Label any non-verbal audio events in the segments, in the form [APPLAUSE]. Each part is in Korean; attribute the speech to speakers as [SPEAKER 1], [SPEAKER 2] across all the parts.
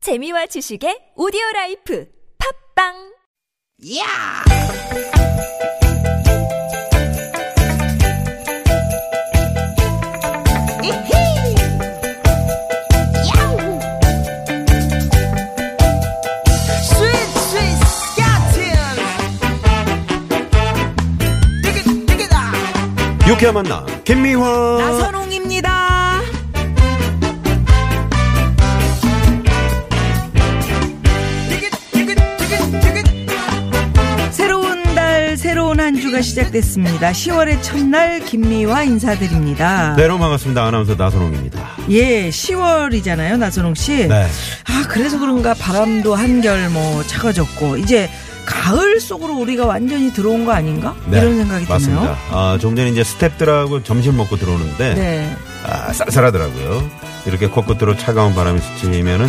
[SPEAKER 1] 재미와 지식의 오디오 라이프 팝빵
[SPEAKER 2] 야! 이히! 야우! 스윗 스윗 스카틴! 디귿 디귿아!
[SPEAKER 3] 유쾌한 만남 김미화
[SPEAKER 2] 나선홍입니다. 디귿 디귿 디귿 디귿
[SPEAKER 4] 새로운 달, 새로운 한 주가 시작됐습니다. 10월의 첫날 김미화 인사드립니다.
[SPEAKER 3] 네 여러분 반갑습니다 아나운서 나선홍입니다
[SPEAKER 4] 예, 10월이잖아요, 나선홍 씨.
[SPEAKER 3] 네
[SPEAKER 4] 아, 그래서 그런가 바람도 한결 뭐 차가졌고 이제 가을 속으로 우리가 완전히 들어온 거 아닌가?
[SPEAKER 3] 네,
[SPEAKER 4] 이런 생각이
[SPEAKER 3] 맞습니다
[SPEAKER 4] 드네요.
[SPEAKER 3] 아, 좀 전에 이제 스탭들하고 점심 먹고 들어오는데
[SPEAKER 4] 네.
[SPEAKER 3] 아, 쌀쌀하더라고요 이렇게 코끝으로 차가운 바람이 스치면은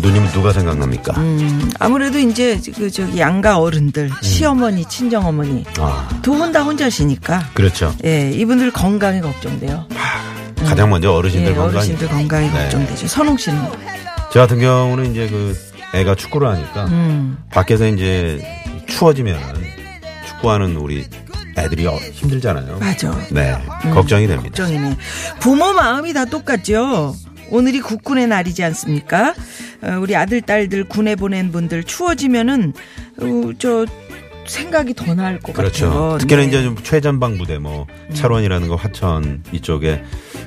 [SPEAKER 3] 누님 누가 생각납니까
[SPEAKER 4] 음, 아무래도 이제 그 저기 양가 어른들,
[SPEAKER 3] 음.
[SPEAKER 4] 시어머니, 친정 어머니
[SPEAKER 3] 아
[SPEAKER 4] 두 분 다 혼자시니까
[SPEAKER 3] 그렇죠
[SPEAKER 4] 예, 이분들 건강이 걱정돼요.
[SPEAKER 3] 가장 먼저
[SPEAKER 4] 예,
[SPEAKER 3] 어르신들 건강
[SPEAKER 4] 어르신들 건강이
[SPEAKER 3] 네.
[SPEAKER 4] 걱정되죠. 선홍 씨는
[SPEAKER 3] 저 같은 경우는 이제 그 애가 축구를 하니까
[SPEAKER 4] 음.
[SPEAKER 3] 밖에서 이제 추워지면 축구하는 우리 애들이 어- 힘들잖아요
[SPEAKER 4] 맞아.
[SPEAKER 3] 네
[SPEAKER 4] 음.
[SPEAKER 3] 걱정이 됩니다
[SPEAKER 4] 걱정이네. 부모 마음이 다 똑같죠. 오늘이 국군의 날이지 않습니까? 어, 우리 아들 딸들 군에 보낸 분들 추워지면은 어, 저 생각이 더 날 것
[SPEAKER 3] 그렇죠.
[SPEAKER 4] 같아요.
[SPEAKER 3] 특히나
[SPEAKER 4] 네.
[SPEAKER 3] 이제 좀 최전방 부대 뭐 차론이라는 거 화천 이쪽에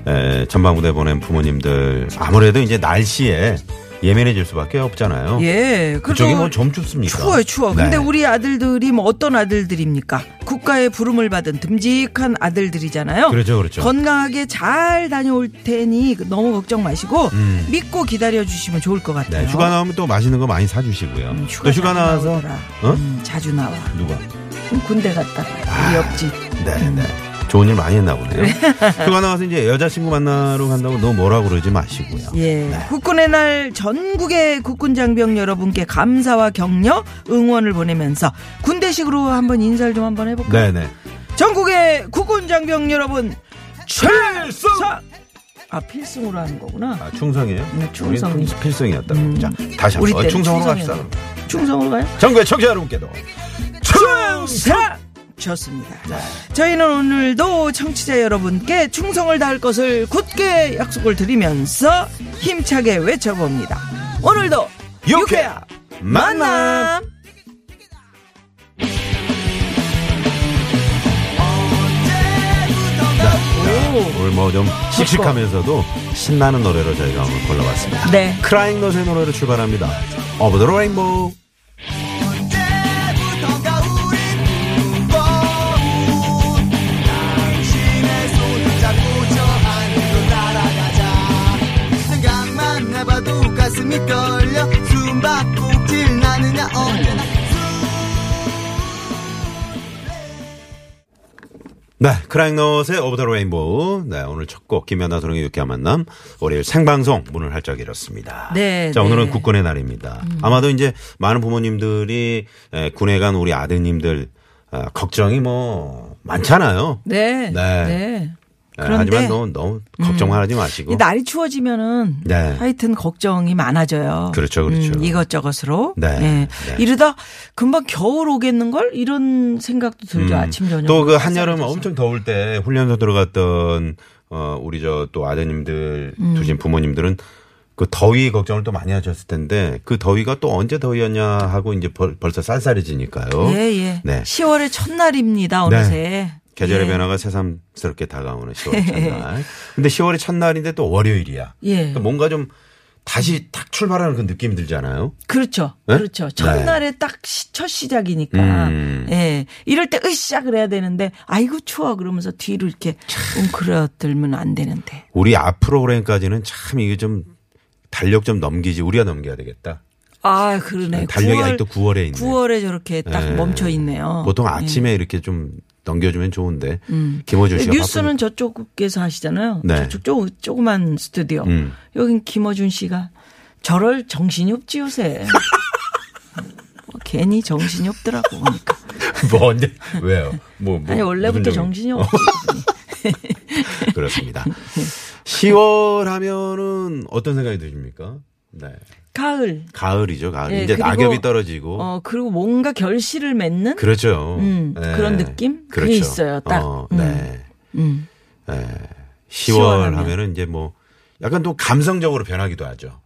[SPEAKER 3] 에, 전방 부대 보낸 부모님들 아무래도 이제 날씨에 예민해질 수밖에 없잖아요.
[SPEAKER 4] 예.
[SPEAKER 3] 그쪽이
[SPEAKER 4] 그리고
[SPEAKER 3] 뭐 좀 춥습니까?
[SPEAKER 4] 추워요, 추워.
[SPEAKER 3] 네.
[SPEAKER 4] 근데 우리 아들들이 뭐 어떤 아들들입니까? 국가의 부름을 받은 듬직한 아들들이잖아요.
[SPEAKER 3] 그렇죠, 그렇죠.
[SPEAKER 4] 건강하게 잘 다녀올 테니 너무 걱정 마시고 믿고 기다려 주시면 좋을 것 같아요.
[SPEAKER 3] 음. 네, 휴가 나오면 또 맛있는 거 많이 사주시고요.
[SPEAKER 4] 음,
[SPEAKER 3] 또 휴가
[SPEAKER 4] 자주
[SPEAKER 3] 나와서
[SPEAKER 4] 나오더라.
[SPEAKER 3] 어?
[SPEAKER 4] 음, 자주 나와.
[SPEAKER 3] 누가?
[SPEAKER 4] 음, 군대 갔다. 우리 옆집.
[SPEAKER 3] 네, 네. 좋은 일 많이 했나
[SPEAKER 4] [LAUGHS]
[SPEAKER 3] 보네요. 휴가 나와서 이제 여자친구 만나러 간다고 너무 뭐라 그러지 마시고요.
[SPEAKER 4] 예.
[SPEAKER 3] 네.
[SPEAKER 4] 국군의 날 전국의 국군 장병 여러분께 감사와 격려, 응원을 보내면서 군대식으로 한번 인사를 좀 한번 해볼까요?
[SPEAKER 3] 네, 네.
[SPEAKER 4] 전국의 국군 장병 여러분, 출성! 아, 필승으로 하는 거구나.
[SPEAKER 3] 아, 충성이에요?
[SPEAKER 4] 네, 충성.
[SPEAKER 3] 우리 충- 필승이었다고.
[SPEAKER 4] 음.
[SPEAKER 3] 자, 다시
[SPEAKER 4] 우리
[SPEAKER 3] 한번
[SPEAKER 4] 때는
[SPEAKER 3] 충성으로 갑시다.
[SPEAKER 4] 충성이었네. 충성으로 가요?
[SPEAKER 3] 전국의 청취자 여러분께도
[SPEAKER 4] 충성! 좋습니다.
[SPEAKER 3] 네.
[SPEAKER 4] 저희는 오늘도 청취자 여러분께 충성을 다할 것을 굳게 약속을 드리면서 힘차게 외쳐봅니다. 오늘도
[SPEAKER 3] 유쾌
[SPEAKER 4] 유쾌한
[SPEAKER 3] 만남.
[SPEAKER 4] 만남!
[SPEAKER 3] 오늘 뭐 좀 씩씩하면서도 신나는 노래로 저희가 오늘 골라봤습니다.
[SPEAKER 4] 네.
[SPEAKER 3] 크라잉넛의 노래로 출발합니다. Over the Rainbow.
[SPEAKER 2] 언제부턴가 우린 무거운 당신의 손을 잡고 저 하늘로 날아가자 생각만 해봐도 가슴이 떨려 숨바꼭질 나느냐 언제나
[SPEAKER 3] 네, 크라잉넛의 Over the Rainbow. 네, 오늘 첫 곡 김연아 소령의 유쾌한 만남 월요일 생방송 문을 활짝 열었습니다.
[SPEAKER 4] 네,
[SPEAKER 3] 자,
[SPEAKER 4] 네.
[SPEAKER 3] 오늘은 국군의 날입니다. 아마도 이제 많은 부모님들이 에, 군에 간 우리 아드님들 아, 걱정이 뭐 많잖아요.
[SPEAKER 4] 네.
[SPEAKER 3] 네.
[SPEAKER 4] 네.
[SPEAKER 3] 에, 예,
[SPEAKER 4] 그런데 음.
[SPEAKER 3] 하지만 너무 너무 걱정하지 마시고.
[SPEAKER 4] 이 날이 추워지면은
[SPEAKER 3] 뭐. 네.
[SPEAKER 4] 하여튼 걱정이 많아져요. 음,
[SPEAKER 3] 그렇죠, 그렇죠.
[SPEAKER 4] 이것저것으로.
[SPEAKER 3] 네.
[SPEAKER 4] 네.
[SPEAKER 3] 네.
[SPEAKER 4] 이러다 금방 겨울 오겠는 걸 이런 생각도 들죠. 음. 아침 저녁. 뭐
[SPEAKER 3] 또 그 한여름 엄청 더울 때 훈련소 들어갔던 어 우리 저 또 아드님들
[SPEAKER 4] 음.
[SPEAKER 3] 두신 부모님들은 그 더위 걱정을 또 많이 하셨을 텐데 그 더위가 또 언제 더위였냐 하고 이제 벌, 벌써 쌀쌀해지니까요.
[SPEAKER 4] 예, 예.
[SPEAKER 3] 네.
[SPEAKER 4] 10월의 첫날입니다. 어느새.
[SPEAKER 3] 계절의
[SPEAKER 4] 예.
[SPEAKER 3] 변화가 새삼스럽게 다가오는 10월 첫날. 근데 10월이 첫날인데 또 월요일이야.
[SPEAKER 4] 예.
[SPEAKER 3] 그러니까 뭔가 좀 다시 탁 출발하는 그 느낌이 들잖아요.
[SPEAKER 4] 그렇죠.
[SPEAKER 3] 네?
[SPEAKER 4] 그렇죠. 첫날에 딱 첫 시작이니까.
[SPEAKER 3] 음.
[SPEAKER 4] 예. 이럴 때 으쌰 그래야 되는데 아이고 추워 그러면서 뒤로 이렇게 웅크러들면 안 되는데.
[SPEAKER 3] 우리 앞 프로그램까지는 참 이게 좀 달력 좀 넘기지 우리가 넘겨야 되겠다.
[SPEAKER 4] 아, 그러네.
[SPEAKER 3] 달력이 아직도 9월에 있네.
[SPEAKER 4] 9월에 저렇게 딱
[SPEAKER 3] 예.
[SPEAKER 4] 멈춰 있네요. 음.
[SPEAKER 3] 보통 아침에 이렇게 좀 넘겨주면 좋은데 김호준 씨가
[SPEAKER 4] 네, 뉴스는 저쪽에서 하시잖아요.
[SPEAKER 3] 네.
[SPEAKER 4] 저쪽 조, 조그만 스튜디오.
[SPEAKER 3] 음.
[SPEAKER 4] 여긴 김어준 씨가 저럴 정신이
[SPEAKER 3] [LAUGHS]
[SPEAKER 4] 없지 요새. 뭐 괜히 정신이 없더라고 보니까.
[SPEAKER 3] 바쁘- [LAUGHS] 뭐 언제 왜요? 뭐, 뭐
[SPEAKER 4] 아니 원래부터
[SPEAKER 3] 무슨 어.
[SPEAKER 4] 정신이 없지. [LAUGHS] 네.
[SPEAKER 3] 그렇습니다. 10월 하면은 어떤 생각이 드십니까? 네.
[SPEAKER 4] 가을.
[SPEAKER 3] 가을이죠, 가을.
[SPEAKER 4] 네,
[SPEAKER 3] 이제
[SPEAKER 4] 그리고-
[SPEAKER 3] 낙엽이 떨어지고.
[SPEAKER 4] 어 그리고 뭔가 결실을 맺는
[SPEAKER 3] 뭐. 그렇죠.
[SPEAKER 4] 음,
[SPEAKER 3] 네.
[SPEAKER 4] 그런 느낌? 그게 있어요, 딱.
[SPEAKER 3] 어,
[SPEAKER 4] 음.
[SPEAKER 3] 네.
[SPEAKER 4] 음.
[SPEAKER 3] 네. 10월
[SPEAKER 4] 시원하면.
[SPEAKER 3] 하면은 이제 뭐 약간 또 감성적으로 변하기도 하죠.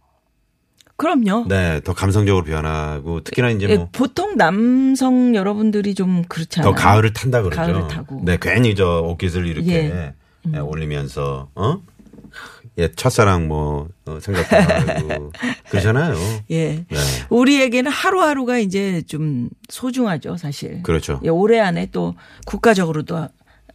[SPEAKER 4] 그럼요.
[SPEAKER 3] 네, 더 감성적으로 변하고 특히나 이제
[SPEAKER 4] 예,
[SPEAKER 3] 뭐
[SPEAKER 4] 보통 남성 여러분들이 좀 그렇잖아요.
[SPEAKER 3] 더 가을을 탄다 그러죠.
[SPEAKER 4] 네. 가을을 타고.
[SPEAKER 3] 네, 괜히 저 옷깃을 이렇게
[SPEAKER 4] 예.
[SPEAKER 3] 예, 올리면서 어? 예, 첫사랑 뭐 어, 생각도
[SPEAKER 4] [LAUGHS]
[SPEAKER 3] 하고 그러잖아요.
[SPEAKER 4] 예.
[SPEAKER 3] 네.
[SPEAKER 4] 우리에게는 하루하루가 이제 좀 소중하죠, 사실.
[SPEAKER 3] 그렇죠.
[SPEAKER 4] 예, 올해 안에 또 국가적으로도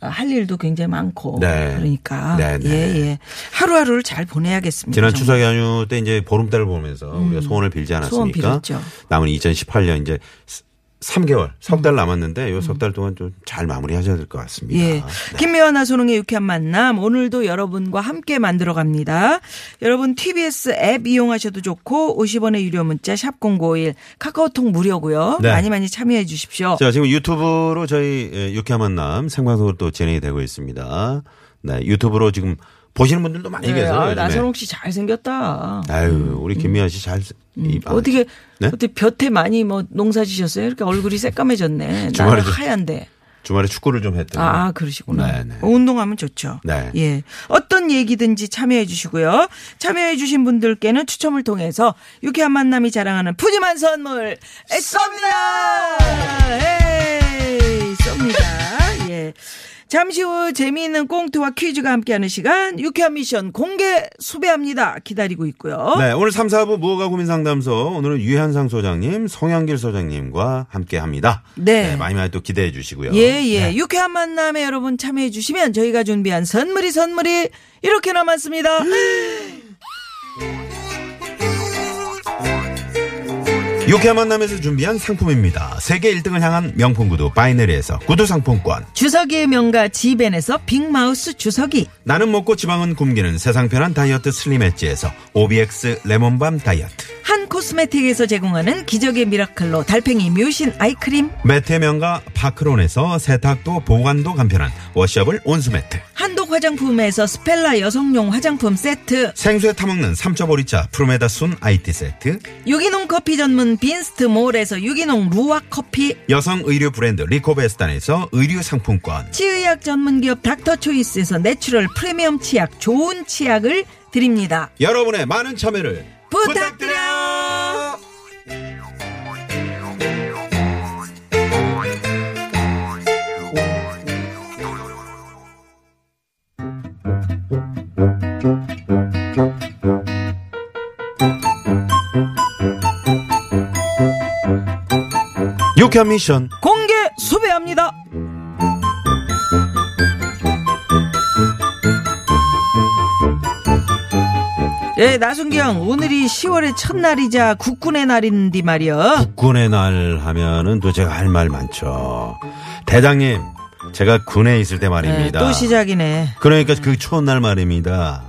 [SPEAKER 4] 할 일도 굉장히 많고
[SPEAKER 3] 네.
[SPEAKER 4] 그러니까
[SPEAKER 3] 네, 네.
[SPEAKER 4] 예, 예. 하루하루를 잘 보내야겠습니다.
[SPEAKER 3] 지난
[SPEAKER 4] 정말.
[SPEAKER 3] 추석 연휴 때 이제 보름달을 보면서 우리가 소원을 빌지 않았습니까?
[SPEAKER 4] 음. 소원 빌었죠.
[SPEAKER 3] 남은 2018년 이제 3개월 석 달 남았는데 요 석 달 동안 좀 잘 마무리하셔야 될 것 같습니다.
[SPEAKER 4] 음. 예.
[SPEAKER 3] 네.
[SPEAKER 4] 김미연 나소롱의 유쾌한 만남 오늘도 여러분과 함께 만들어 갑니다. 여러분 TBS 앱 이용하셔도 좋고 50원의 유료 문자 샵 공고일 카카오톡 무료고요.
[SPEAKER 3] 네.
[SPEAKER 4] 많이 많이 참여해 주십시오.
[SPEAKER 3] 자, 지금 유튜브로 저희 예, 유쾌한 만남 생방송으로 또 진행이 되고 있습니다. 네, 유튜브로 지금 보시는 분들도 많이
[SPEAKER 4] 네,
[SPEAKER 3] 계세요.
[SPEAKER 4] 아,
[SPEAKER 3] 요즘에.
[SPEAKER 4] 나선홍 씨 잘생겼다.
[SPEAKER 3] 아유, 우리 김미아 씨 잘, 이 아,
[SPEAKER 4] 음. 어떻게
[SPEAKER 3] 네?
[SPEAKER 4] 어떻게 볕에 많이 뭐 농사 지셨어요? 이렇게 얼굴이 새까매졌네. 나는
[SPEAKER 3] 주말에 좀-
[SPEAKER 4] 하얀데.
[SPEAKER 3] 주말에 축구를 좀 했더니.
[SPEAKER 4] 아, 그러시구나.
[SPEAKER 3] 네, 네.
[SPEAKER 4] 운동하면 좋죠.
[SPEAKER 3] 네.
[SPEAKER 4] 예. 어떤 얘기든지 참여해 주시고요. 참여해 주신 분들께는 추첨을 통해서 유쾌한 만남이 자랑하는 푸짐한 선물 쏩니다. 헤이, 쏩니다. 예. 잠시 후 재미있는 꽁트와 퀴즈가 함께하는 시간 유쾌한 미션 공개 수배합니다. 기다리고 있고요.
[SPEAKER 3] 네, 오늘 3, 4부 무허가 고민 상담소 오늘은 유현상 소장님, 성향길 소장님과 함께 합니다.
[SPEAKER 4] 네.
[SPEAKER 3] 많이 많이 또 기대해 주시고요.
[SPEAKER 4] 예, 예. 유쾌한 만남에 여러분 참여해 주시면 저희가 준비한 선물이 선물이 이렇게 남았습니다.
[SPEAKER 3] 유쾌한 만남에서 준비한 상품입니다. 세계 1등을 향한 명품 구두 바이네리에서 구두 상품권.
[SPEAKER 4] 주석이의 명가 지벤에서 빅마우스 주석이
[SPEAKER 3] 나는 먹고 지방은 굶기는 세상 편한 다이어트 슬림 엣지에서 오비엑스 레몬밤 다이어트.
[SPEAKER 4] 한 코스메틱에서 제공하는 기적의 미라클로 달팽이 뮤신 아이크림
[SPEAKER 3] 매트의 명가 파크론에서 세탁도 보관도 간편한 워셔블 온수매트.
[SPEAKER 4] 한독 화장품에서 스펠라 여성용 화장품 세트
[SPEAKER 3] 생수에 타먹는 삼초보리차 프로메다 순 IT 세트.
[SPEAKER 4] 유기농 커피 전문 빈스트 몰에서 유기농 루아 커피
[SPEAKER 3] 여성 의류 브랜드 리코베스탄에서 의류 상품권.
[SPEAKER 4] 치의학 전문 기업 닥터 초이스에서 내추럴 프리미엄 치약 좋은 치약을 드립니다.
[SPEAKER 3] 여러분의 많은 참여를
[SPEAKER 4] 부탁드려요.
[SPEAKER 3] 유쾌한 미션.
[SPEAKER 4] 공개 수배합니다. 예, 나순경 오늘이 10월의 첫날이자 국군의 날인데 말이여.
[SPEAKER 3] 군의 날 하면은 또 제가 할 말 많죠. 대장님, 제가 군에 있을 때
[SPEAKER 4] 예,
[SPEAKER 3] 말입니다.
[SPEAKER 4] 또 시작이네.
[SPEAKER 3] 그러니까 그 추운 날 말입니다.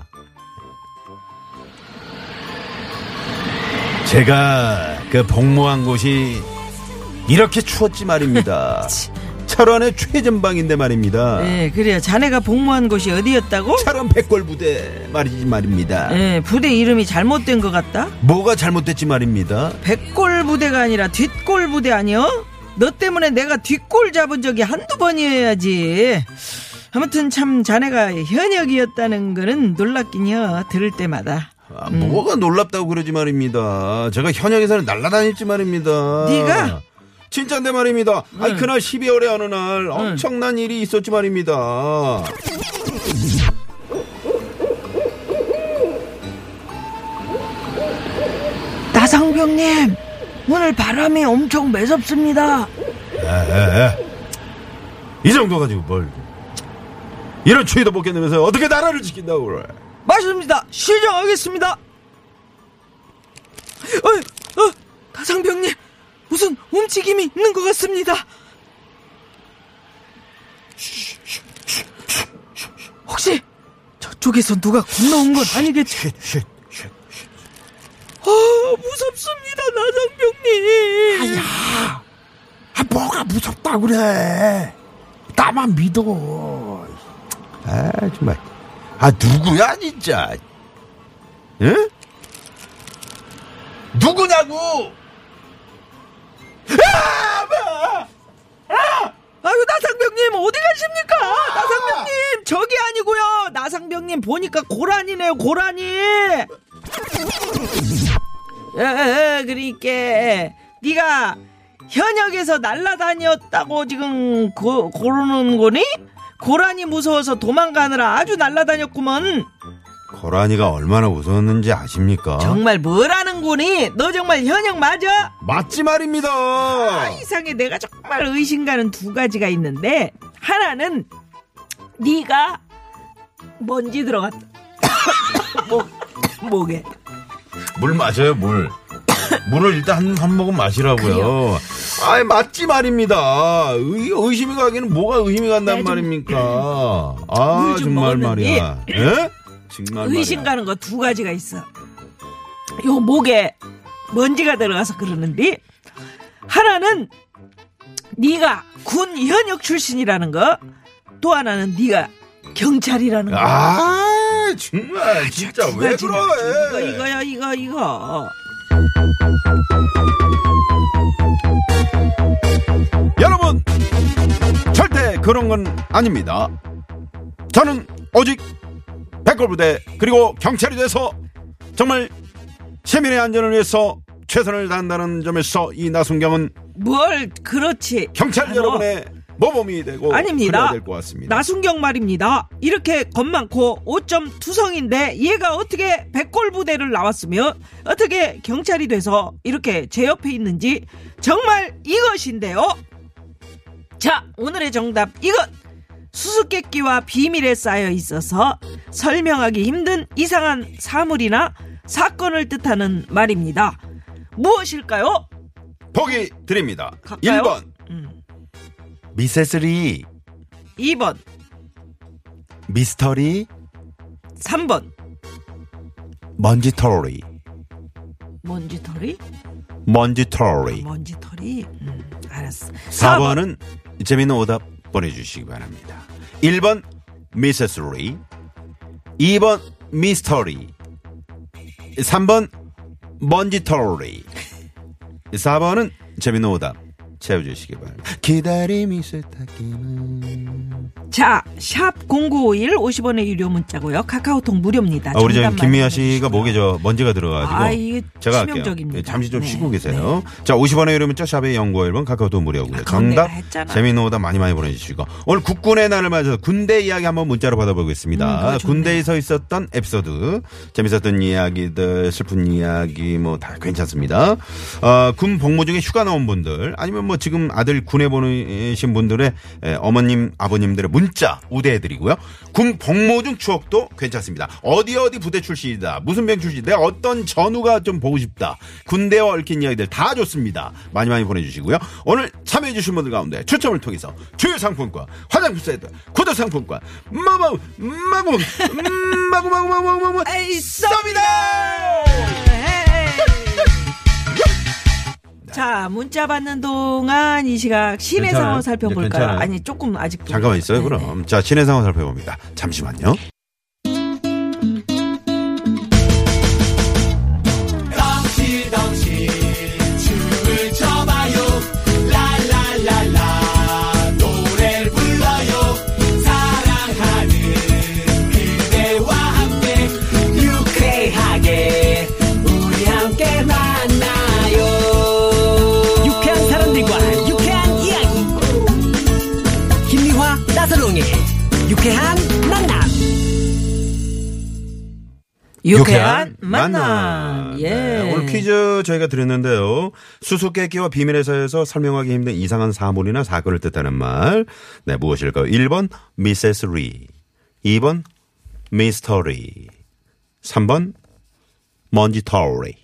[SPEAKER 3] 제가 그 복무한 곳이 이렇게 추웠지
[SPEAKER 4] [LAUGHS]
[SPEAKER 3] 말입니다. 철원의 최전방인데 말입니다.
[SPEAKER 4] 예, 그래요. 자네가 복무한 곳이 어디였다고?
[SPEAKER 3] 철원 백골부대 말이지 말입니다.
[SPEAKER 4] 예, 부대 이름이 잘못된 것 같다.
[SPEAKER 3] 뭐가 잘못됐지 말입니다.
[SPEAKER 4] 백골 부대가 아니라 뒷골 부대 아니여? 너 때문에 내가 뒷골 잡은 적이 한두 번이어야지. 아무튼 참 자네가 현역이었다는 거는 놀랍긴요. 들을 때마다.
[SPEAKER 3] 아, 뭐가 놀랍다고 그러지 말입니다. 제가 현역에서는 날라다녔지 말입니다.
[SPEAKER 4] 네가? 네.
[SPEAKER 3] 진짠데 말입니다. 아니 그날 12월에 어느 날 엄청난 일이 있었지 말입니다.
[SPEAKER 4] 나상병님, 오늘 바람이 엄청 매섭습니다.
[SPEAKER 3] 예, 이 정도 가지고 뭘 이런 추위도 못 견디면서 어떻게 나라를 지킨다고 그래?
[SPEAKER 4] 맞습니다. 시정하겠습니다. 어, 어, 다상병님, 무슨 움직임이 있는 것 같습니다. 혹시 저쪽에서 누가 건너온 건 아니겠지? 아, 무섭습니다, 나상병님.
[SPEAKER 5] 아, 뭐가 무섭다 그래. 나만 믿어.
[SPEAKER 3] 아 정말 아 누구야 진짜? 응?
[SPEAKER 5] 누구냐고!
[SPEAKER 4] 아유 나상병님 어디 가십니까? 나상병님 저기 아니고요. 나상병님 보니까 고라니네요 고라니. 에, 에, 에, 그러니까 네가 현역에서 날라다녔다고 지금 고, 고르는 거니? 고라니 무서워서 도망가느라 아주 날라다녔구먼.
[SPEAKER 3] 고라니가 얼마나 무서웠는지 아십니까?
[SPEAKER 4] 정말 뭐라는 거니? 너 정말 현역 맞아?
[SPEAKER 3] 맞지 말입니다.
[SPEAKER 4] 아,
[SPEAKER 3] 어.
[SPEAKER 4] 이상에 내가 정말 의심가는 두 가지가 있는데 하나는 네가 먼지 들어갔다. [COUGHS] 목, 목에
[SPEAKER 3] 물 마셔요 물. 물을 일단 한, 한 모금 마시라고요. 아이 맞지 말입니다. 의, 의심이 가기는 뭐가 의심이 간단
[SPEAKER 5] 네,
[SPEAKER 4] 내가 좀-
[SPEAKER 3] 말입니까? 아
[SPEAKER 4] 물좀
[SPEAKER 3] 정말
[SPEAKER 4] 먹었는데.
[SPEAKER 3] 말이야. 예? 정말
[SPEAKER 4] 의심
[SPEAKER 3] 말이야.
[SPEAKER 4] 가는 거 두 가지가 있어. 요 목에 먼지가 들어가서 그러는데 하나는 네가 군 현역 출신이라는 거, 또 하나는 네가 경찰이라는 거.
[SPEAKER 3] 아 정말 진짜
[SPEAKER 4] 두
[SPEAKER 3] 왜
[SPEAKER 4] 가지가 있지.
[SPEAKER 3] 그래?
[SPEAKER 4] 이거 이거요 이거 이거.
[SPEAKER 3] 여러분 절대 그런 건 아닙니다. 저는 오직 백골부대 그리고 경찰이 돼서 정말 시민의 안전을 위해서 최선을 다한다는 점에서 이 나순경은
[SPEAKER 4] 뭘 그렇지
[SPEAKER 3] 경찰
[SPEAKER 4] 아니요.
[SPEAKER 3] 여러분의 모범이 되고
[SPEAKER 4] 아닙니다.
[SPEAKER 3] 될것 같습니다.
[SPEAKER 4] 나순경 말입니다. 이렇게 겁 많고 5점 투성인데 얘가 어떻게 백골 부대를 나왔으며 어떻게 경찰이 돼서 이렇게 제 옆에 있는지 정말 이것인데요. 자 오늘의 정답 이것 수수께끼와 비밀에 쌓여 있어서 설명하기 힘든 이상한 사물이나 사건을 뜻하는 말입니다. 무엇일까요?
[SPEAKER 3] 보기 드립니다.
[SPEAKER 4] 갈까요?
[SPEAKER 3] 1번
[SPEAKER 4] 음.
[SPEAKER 5] 미세스리,
[SPEAKER 4] 2번,
[SPEAKER 5] 미스터리,
[SPEAKER 4] 3번
[SPEAKER 5] 먼지털이,
[SPEAKER 4] 먼지털이
[SPEAKER 3] 먼지털이
[SPEAKER 4] 먼지털이 음, 알았어
[SPEAKER 3] 4번은 재밌는 오답 보내주시기 바랍니다. 1번 미세스리 2번 미스터리 3번 먼지털이 4번은 재밌는 오답 채워주시기 바랍니다.
[SPEAKER 5] 기다림이 세탁기는.
[SPEAKER 4] 자샵 0951 50원의 유료 문자고요 카카오톡 무료입니다
[SPEAKER 3] 아, 우리 지금
[SPEAKER 4] 정답
[SPEAKER 3] 김미아
[SPEAKER 4] 많이
[SPEAKER 3] 씨가
[SPEAKER 4] 보내주시고요.
[SPEAKER 3] 목에 저 먼지가 들어가지고
[SPEAKER 4] 아, 이게
[SPEAKER 3] 제가 할게요.
[SPEAKER 4] 치명적입니다.
[SPEAKER 3] 예, 잠시 좀
[SPEAKER 4] 네, 아,
[SPEAKER 3] 쉬고 계세요. 자, 50원의 이름은 쩌샵의 연구 앨범 카카오톡 무료고요.
[SPEAKER 4] 그건
[SPEAKER 3] 정답
[SPEAKER 4] 내가 했잖아.
[SPEAKER 3] 재미있는 오다 많이 많이 보내주시고 오늘 국군의 날을 맞아서 군대 이야기 한번 문자로
[SPEAKER 4] 음,
[SPEAKER 3] 받아보겠습니다. 군대에서 있었던 에피소드, 재밌었던 이야기들, 슬픈 이야기 뭐 다 괜찮습니다. 어, 군 복무 중에 휴가 나온 분들 아니면 뭐 지금 아들 군에 보내신 분들의 예, 어머님 아버님들의 문자 우대해드리고요. 군 복무 중 추억도 괜찮습니다. 어디 어디 부대 출신이다. 무슨 병 출신. 내가 어떤 전우가 좀 보고 싶다. 군대와 얽힌 이야기들 다 좋습니다. 많이 많이 보내주시고요. 오늘 참여해주신 분들 가운데 추첨을 통해서 주요 상품권, 화장품 세트, 구두 상품권, 마구 마구 마구 마구 마구 마구 마구 [LAUGHS]
[SPEAKER 4] 에이,
[SPEAKER 3] 쏩니다.
[SPEAKER 4] 자 문자 받는 동안 이 시각 시내
[SPEAKER 3] 괜찮아요.
[SPEAKER 4] 상황
[SPEAKER 3] 이제
[SPEAKER 4] 살펴볼까요
[SPEAKER 3] 괜찮아요.
[SPEAKER 4] 아니 조금 아직
[SPEAKER 3] 잠깐만 있어요. 그럼 자 진행 상황 살펴봅니다. 잠시만요.
[SPEAKER 2] 덩치덩치 춤을 춰봐요 라라라라 노래를 불러요 사랑하는 그대와 함께 유쾌하게 우리 함께 만나요 유쾌한 사람들과 유쾌한 이야기 김미화 나선홍의 유쾌한 만남
[SPEAKER 4] 유쾌한 만남 예
[SPEAKER 3] 네, 오늘 퀴즈 저희가 드렸는데요. 수수께끼와 비밀에서에서 설명하기 힘든 이상한 사물이나 사건을 뜻하는 말. 네, 무엇일까요? 1번 미세스 리. 2번 미스터리. 3번 먼지터리.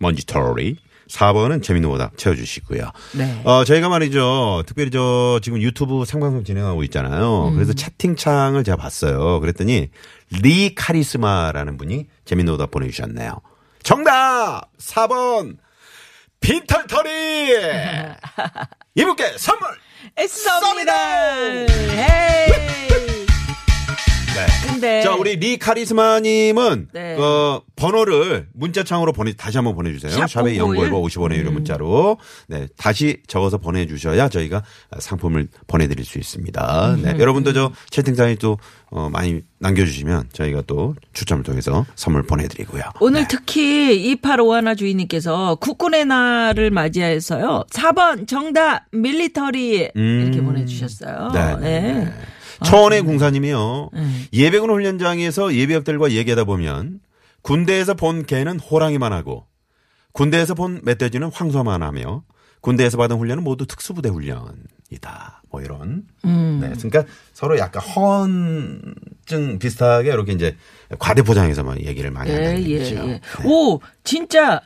[SPEAKER 3] 먼지터리. 4번은 재밌는 오답 채워주시고요.
[SPEAKER 4] 네.
[SPEAKER 3] 어, 저희가 말이죠. 특별히 저 지금 유튜브 생방송 진행하고 있잖아요. 그래서 채팅창을 제가 봤어요. 그랬더니 리 카리스마라는 분이 재밌는 오답 보내주셨네요. 정답! 4번! 빈털털이! 이분께 선물!
[SPEAKER 4] 애써니다 헤이
[SPEAKER 3] 네.
[SPEAKER 5] 근데
[SPEAKER 3] 자, 우리 리 카리스마님은
[SPEAKER 5] 네.
[SPEAKER 3] 어, 번호를 문자창으로 보내 다시 한번 보내주세요.
[SPEAKER 5] 샵
[SPEAKER 3] 샵의
[SPEAKER 5] 공구일. 음.
[SPEAKER 3] 연구일보 50원의 유료 문자로 네 다시 적어서 보내주셔야 저희가 상품을 보내드릴 수 있습니다. 네,
[SPEAKER 5] 음.
[SPEAKER 3] 여러분도 저 채팅창에 또 어, 많이 남겨주시면 저희가 또 추첨을 통해서 선물 보내드리고요.
[SPEAKER 5] 오늘 특히 2851 하나 주인님께서 국군의 날을 맞이해서요. 4번 정답 밀리터리 이렇게 보내주셨어요.
[SPEAKER 3] 음. 네.
[SPEAKER 5] 네.
[SPEAKER 3] 천의 공사님이요. 예배군 훈련장에서 예비역들과 얘기하다 보면 군대에서 본 개는 호랑이만 하고 군대에서 본 멧돼지는 황소만 하며 군대에서 받은 훈련은 모두 특수부대 훈련이다. 뭐 이런.
[SPEAKER 5] 음.
[SPEAKER 3] 네. 그러니까 서로 약간 허언증 비슷하게 이렇게 이제 과대포장해서만 얘기를 많이
[SPEAKER 5] 예,
[SPEAKER 3] 하는
[SPEAKER 5] 예,
[SPEAKER 3] 얘기죠. 네.
[SPEAKER 5] 예. 오, 진짜,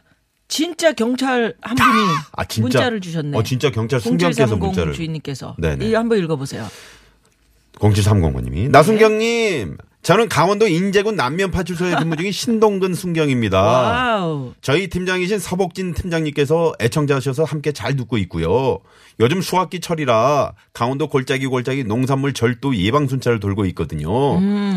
[SPEAKER 5] 진짜 경찰 한 분이
[SPEAKER 3] 아, 진짜?
[SPEAKER 5] 문자를 주셨네.
[SPEAKER 3] 어, 진짜 경찰 순경께서
[SPEAKER 5] 0730
[SPEAKER 3] 문자를.
[SPEAKER 5] 주인님께서.
[SPEAKER 3] 네네.
[SPEAKER 5] 이 한번 읽어보세요.
[SPEAKER 3] 0730번님이 나순경님 저는 강원도 인제군 남면 파출소에 근무 중인 신동근 순경입니다.
[SPEAKER 5] 와우.
[SPEAKER 3] 저희 팀장이신 서복진 팀장님께서 애청자셔서 함께 잘 듣고 있고요. 요즘 수확기 철이라 강원도 골짜기 골짜기 농산물 절도 예방 순찰을 돌고 있거든요.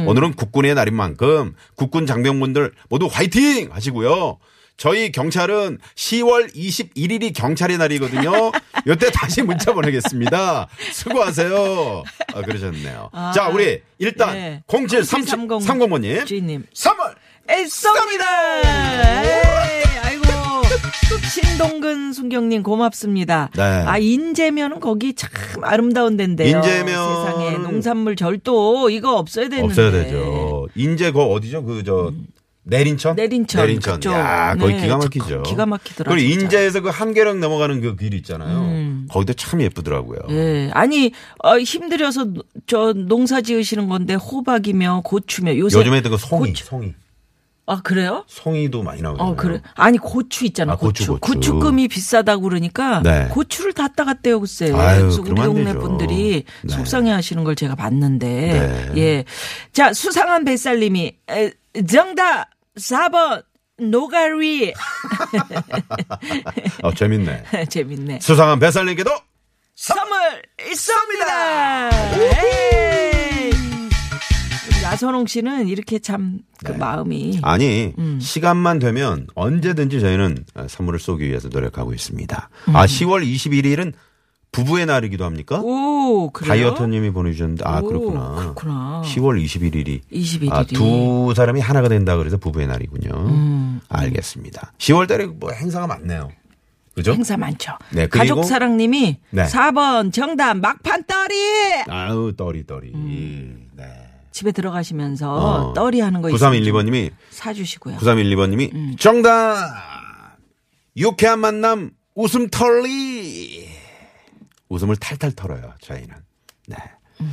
[SPEAKER 3] 오늘은 국군의 날인 만큼 국군 장병분들 모두 화이팅 하시고요. 저희 경찰은 10월 21일이 경찰의 날이거든요. 요때 다시 문자 보내겠습니다. 수고하세요. 아, 그러셨네요. 자, 우리 일단
[SPEAKER 5] 예.
[SPEAKER 3] 0730 30번님
[SPEAKER 5] 주인님.
[SPEAKER 3] 3월
[SPEAKER 5] 애써니다 에이, 아이고. 신동근 순경님 고맙습니다.
[SPEAKER 3] 네.
[SPEAKER 5] 아 인제면은 거기 참 아름다운 데인데요.
[SPEAKER 3] 인제면.
[SPEAKER 5] 세상에 농산물 절도 이거 없어야 되는데. 음.
[SPEAKER 3] 없어야 되죠. 인제 거 어디죠? 그 저 내린천?
[SPEAKER 5] 내린천, 그쪽.
[SPEAKER 3] 야, 거기
[SPEAKER 5] 네,
[SPEAKER 3] 기가
[SPEAKER 5] 참
[SPEAKER 3] 막히죠.
[SPEAKER 5] 기가 막히더라,
[SPEAKER 3] 그리고
[SPEAKER 5] 진짜. 음.
[SPEAKER 3] 인제에서 그 한계령 넘어가는 그 길 있잖아요. 거기도 참 예쁘더라고요.
[SPEAKER 5] 예. 아니, 어, 힘들여서 노- 저 농사 지으시는 건데 호박이며 고추며 요새
[SPEAKER 3] 요즘에 그 송이, 송이.
[SPEAKER 5] 아, 그래요?
[SPEAKER 3] 송이도 많이 나오잖아요.
[SPEAKER 5] 어, 그래. 아니, 고추 있잖아.
[SPEAKER 3] 아, 고추,
[SPEAKER 5] 고추.
[SPEAKER 3] 고추.
[SPEAKER 5] 고추금이 비싸다고 그러니까
[SPEAKER 3] 네.
[SPEAKER 5] 고추를 다 따갔대요, 글쎄.
[SPEAKER 3] 아유,
[SPEAKER 5] 그래서 우리
[SPEAKER 3] 그러면 안
[SPEAKER 5] 동네
[SPEAKER 3] 되죠.
[SPEAKER 5] 분들이
[SPEAKER 3] 네.
[SPEAKER 5] 속상해 하시는 걸 제가 봤는데. 예. 자, 수상한 뱃살 님이 에, 정답 4번 노가리. [LAUGHS]
[SPEAKER 3] 어, 재밌네.
[SPEAKER 5] 재밌네.
[SPEAKER 3] 수상한 뱃살님께도
[SPEAKER 5] 선물 있습니다. 에이. 우리 나선홍 씨는 이렇게 참 그 마음이
[SPEAKER 3] 네. 아니 시간만 되면 언제든지 저희는 선물을 쏘기 위해서 노력하고 있습니다. 아 10월 21일은 부부의 날이기도 합니까?
[SPEAKER 5] 음. 오 그래요?
[SPEAKER 3] 다이어터님이 보내주셨는데 아
[SPEAKER 5] 오,
[SPEAKER 3] 그렇구나.
[SPEAKER 5] 그렇구나.
[SPEAKER 3] 10월 21일이
[SPEAKER 5] 21일 이.
[SPEAKER 3] 아, 두 사람이 하나가 된다 그래서 부부의 날이군요.
[SPEAKER 5] 음,
[SPEAKER 3] 알겠습니다. 10월달에 뭐 행사가 많네요. 그죠?
[SPEAKER 5] 행사 많죠.
[SPEAKER 3] 네, 그리고-
[SPEAKER 5] 가족사랑님이
[SPEAKER 3] 네.
[SPEAKER 5] 4번 정답 막판 떨이
[SPEAKER 3] 아우 떠리 떠리. 네.
[SPEAKER 5] 집에 음. 들어가시면서 떨이 하는 거 어. 음. 있으면
[SPEAKER 3] 9312번님이
[SPEAKER 5] 사주시고요.
[SPEAKER 3] 9312번님이 정답 유쾌한 만남 웃음 털리 웃음을 탈탈 털어요 저희는 네
[SPEAKER 5] 음.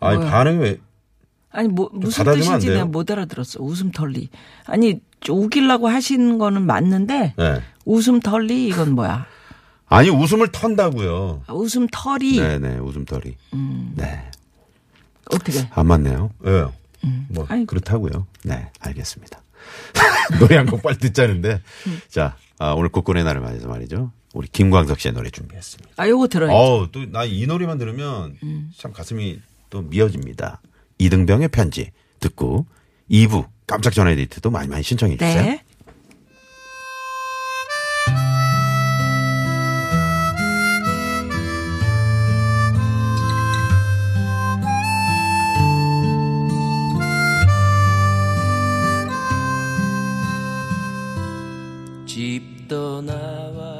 [SPEAKER 3] 아니 반응이 왜
[SPEAKER 5] 아니 뭐 무슨
[SPEAKER 3] 닫아주면 안
[SPEAKER 5] 뜻인지
[SPEAKER 3] 돼요?
[SPEAKER 5] 내가 못 알아들었어. 웃음 털리. 아니 우기려고 하시는 거는 맞는데
[SPEAKER 3] 네.
[SPEAKER 5] 웃음 털리 이건 뭐야?
[SPEAKER 3] 아니 웃음을 턴다고요
[SPEAKER 5] 아, 웃음 털이
[SPEAKER 3] 네네 웃음 털이 네
[SPEAKER 5] 어떻게?
[SPEAKER 3] 안 맞네요. 예. 뭐
[SPEAKER 5] 아이고.
[SPEAKER 3] 그렇다고요. 네, 알겠습니다. [LAUGHS] 노래 한 곡 빨리 듣자는데.
[SPEAKER 5] 음.
[SPEAKER 3] 자, 아, 오늘 국군의 날을 맞아서 말이죠. 우리 김광석 씨의 노래 준비했습니다.
[SPEAKER 5] 아 요거 들어요.
[SPEAKER 3] 어우, 또 나 이 노래만 들으면
[SPEAKER 5] 음.
[SPEAKER 3] 참 가슴이 또 미어집니다. 이등병의 편지 듣고 2부 깜짝 전화 데이트도 많이 많이 신청해 주세요.
[SPEAKER 5] 네.
[SPEAKER 6] 집 떠나와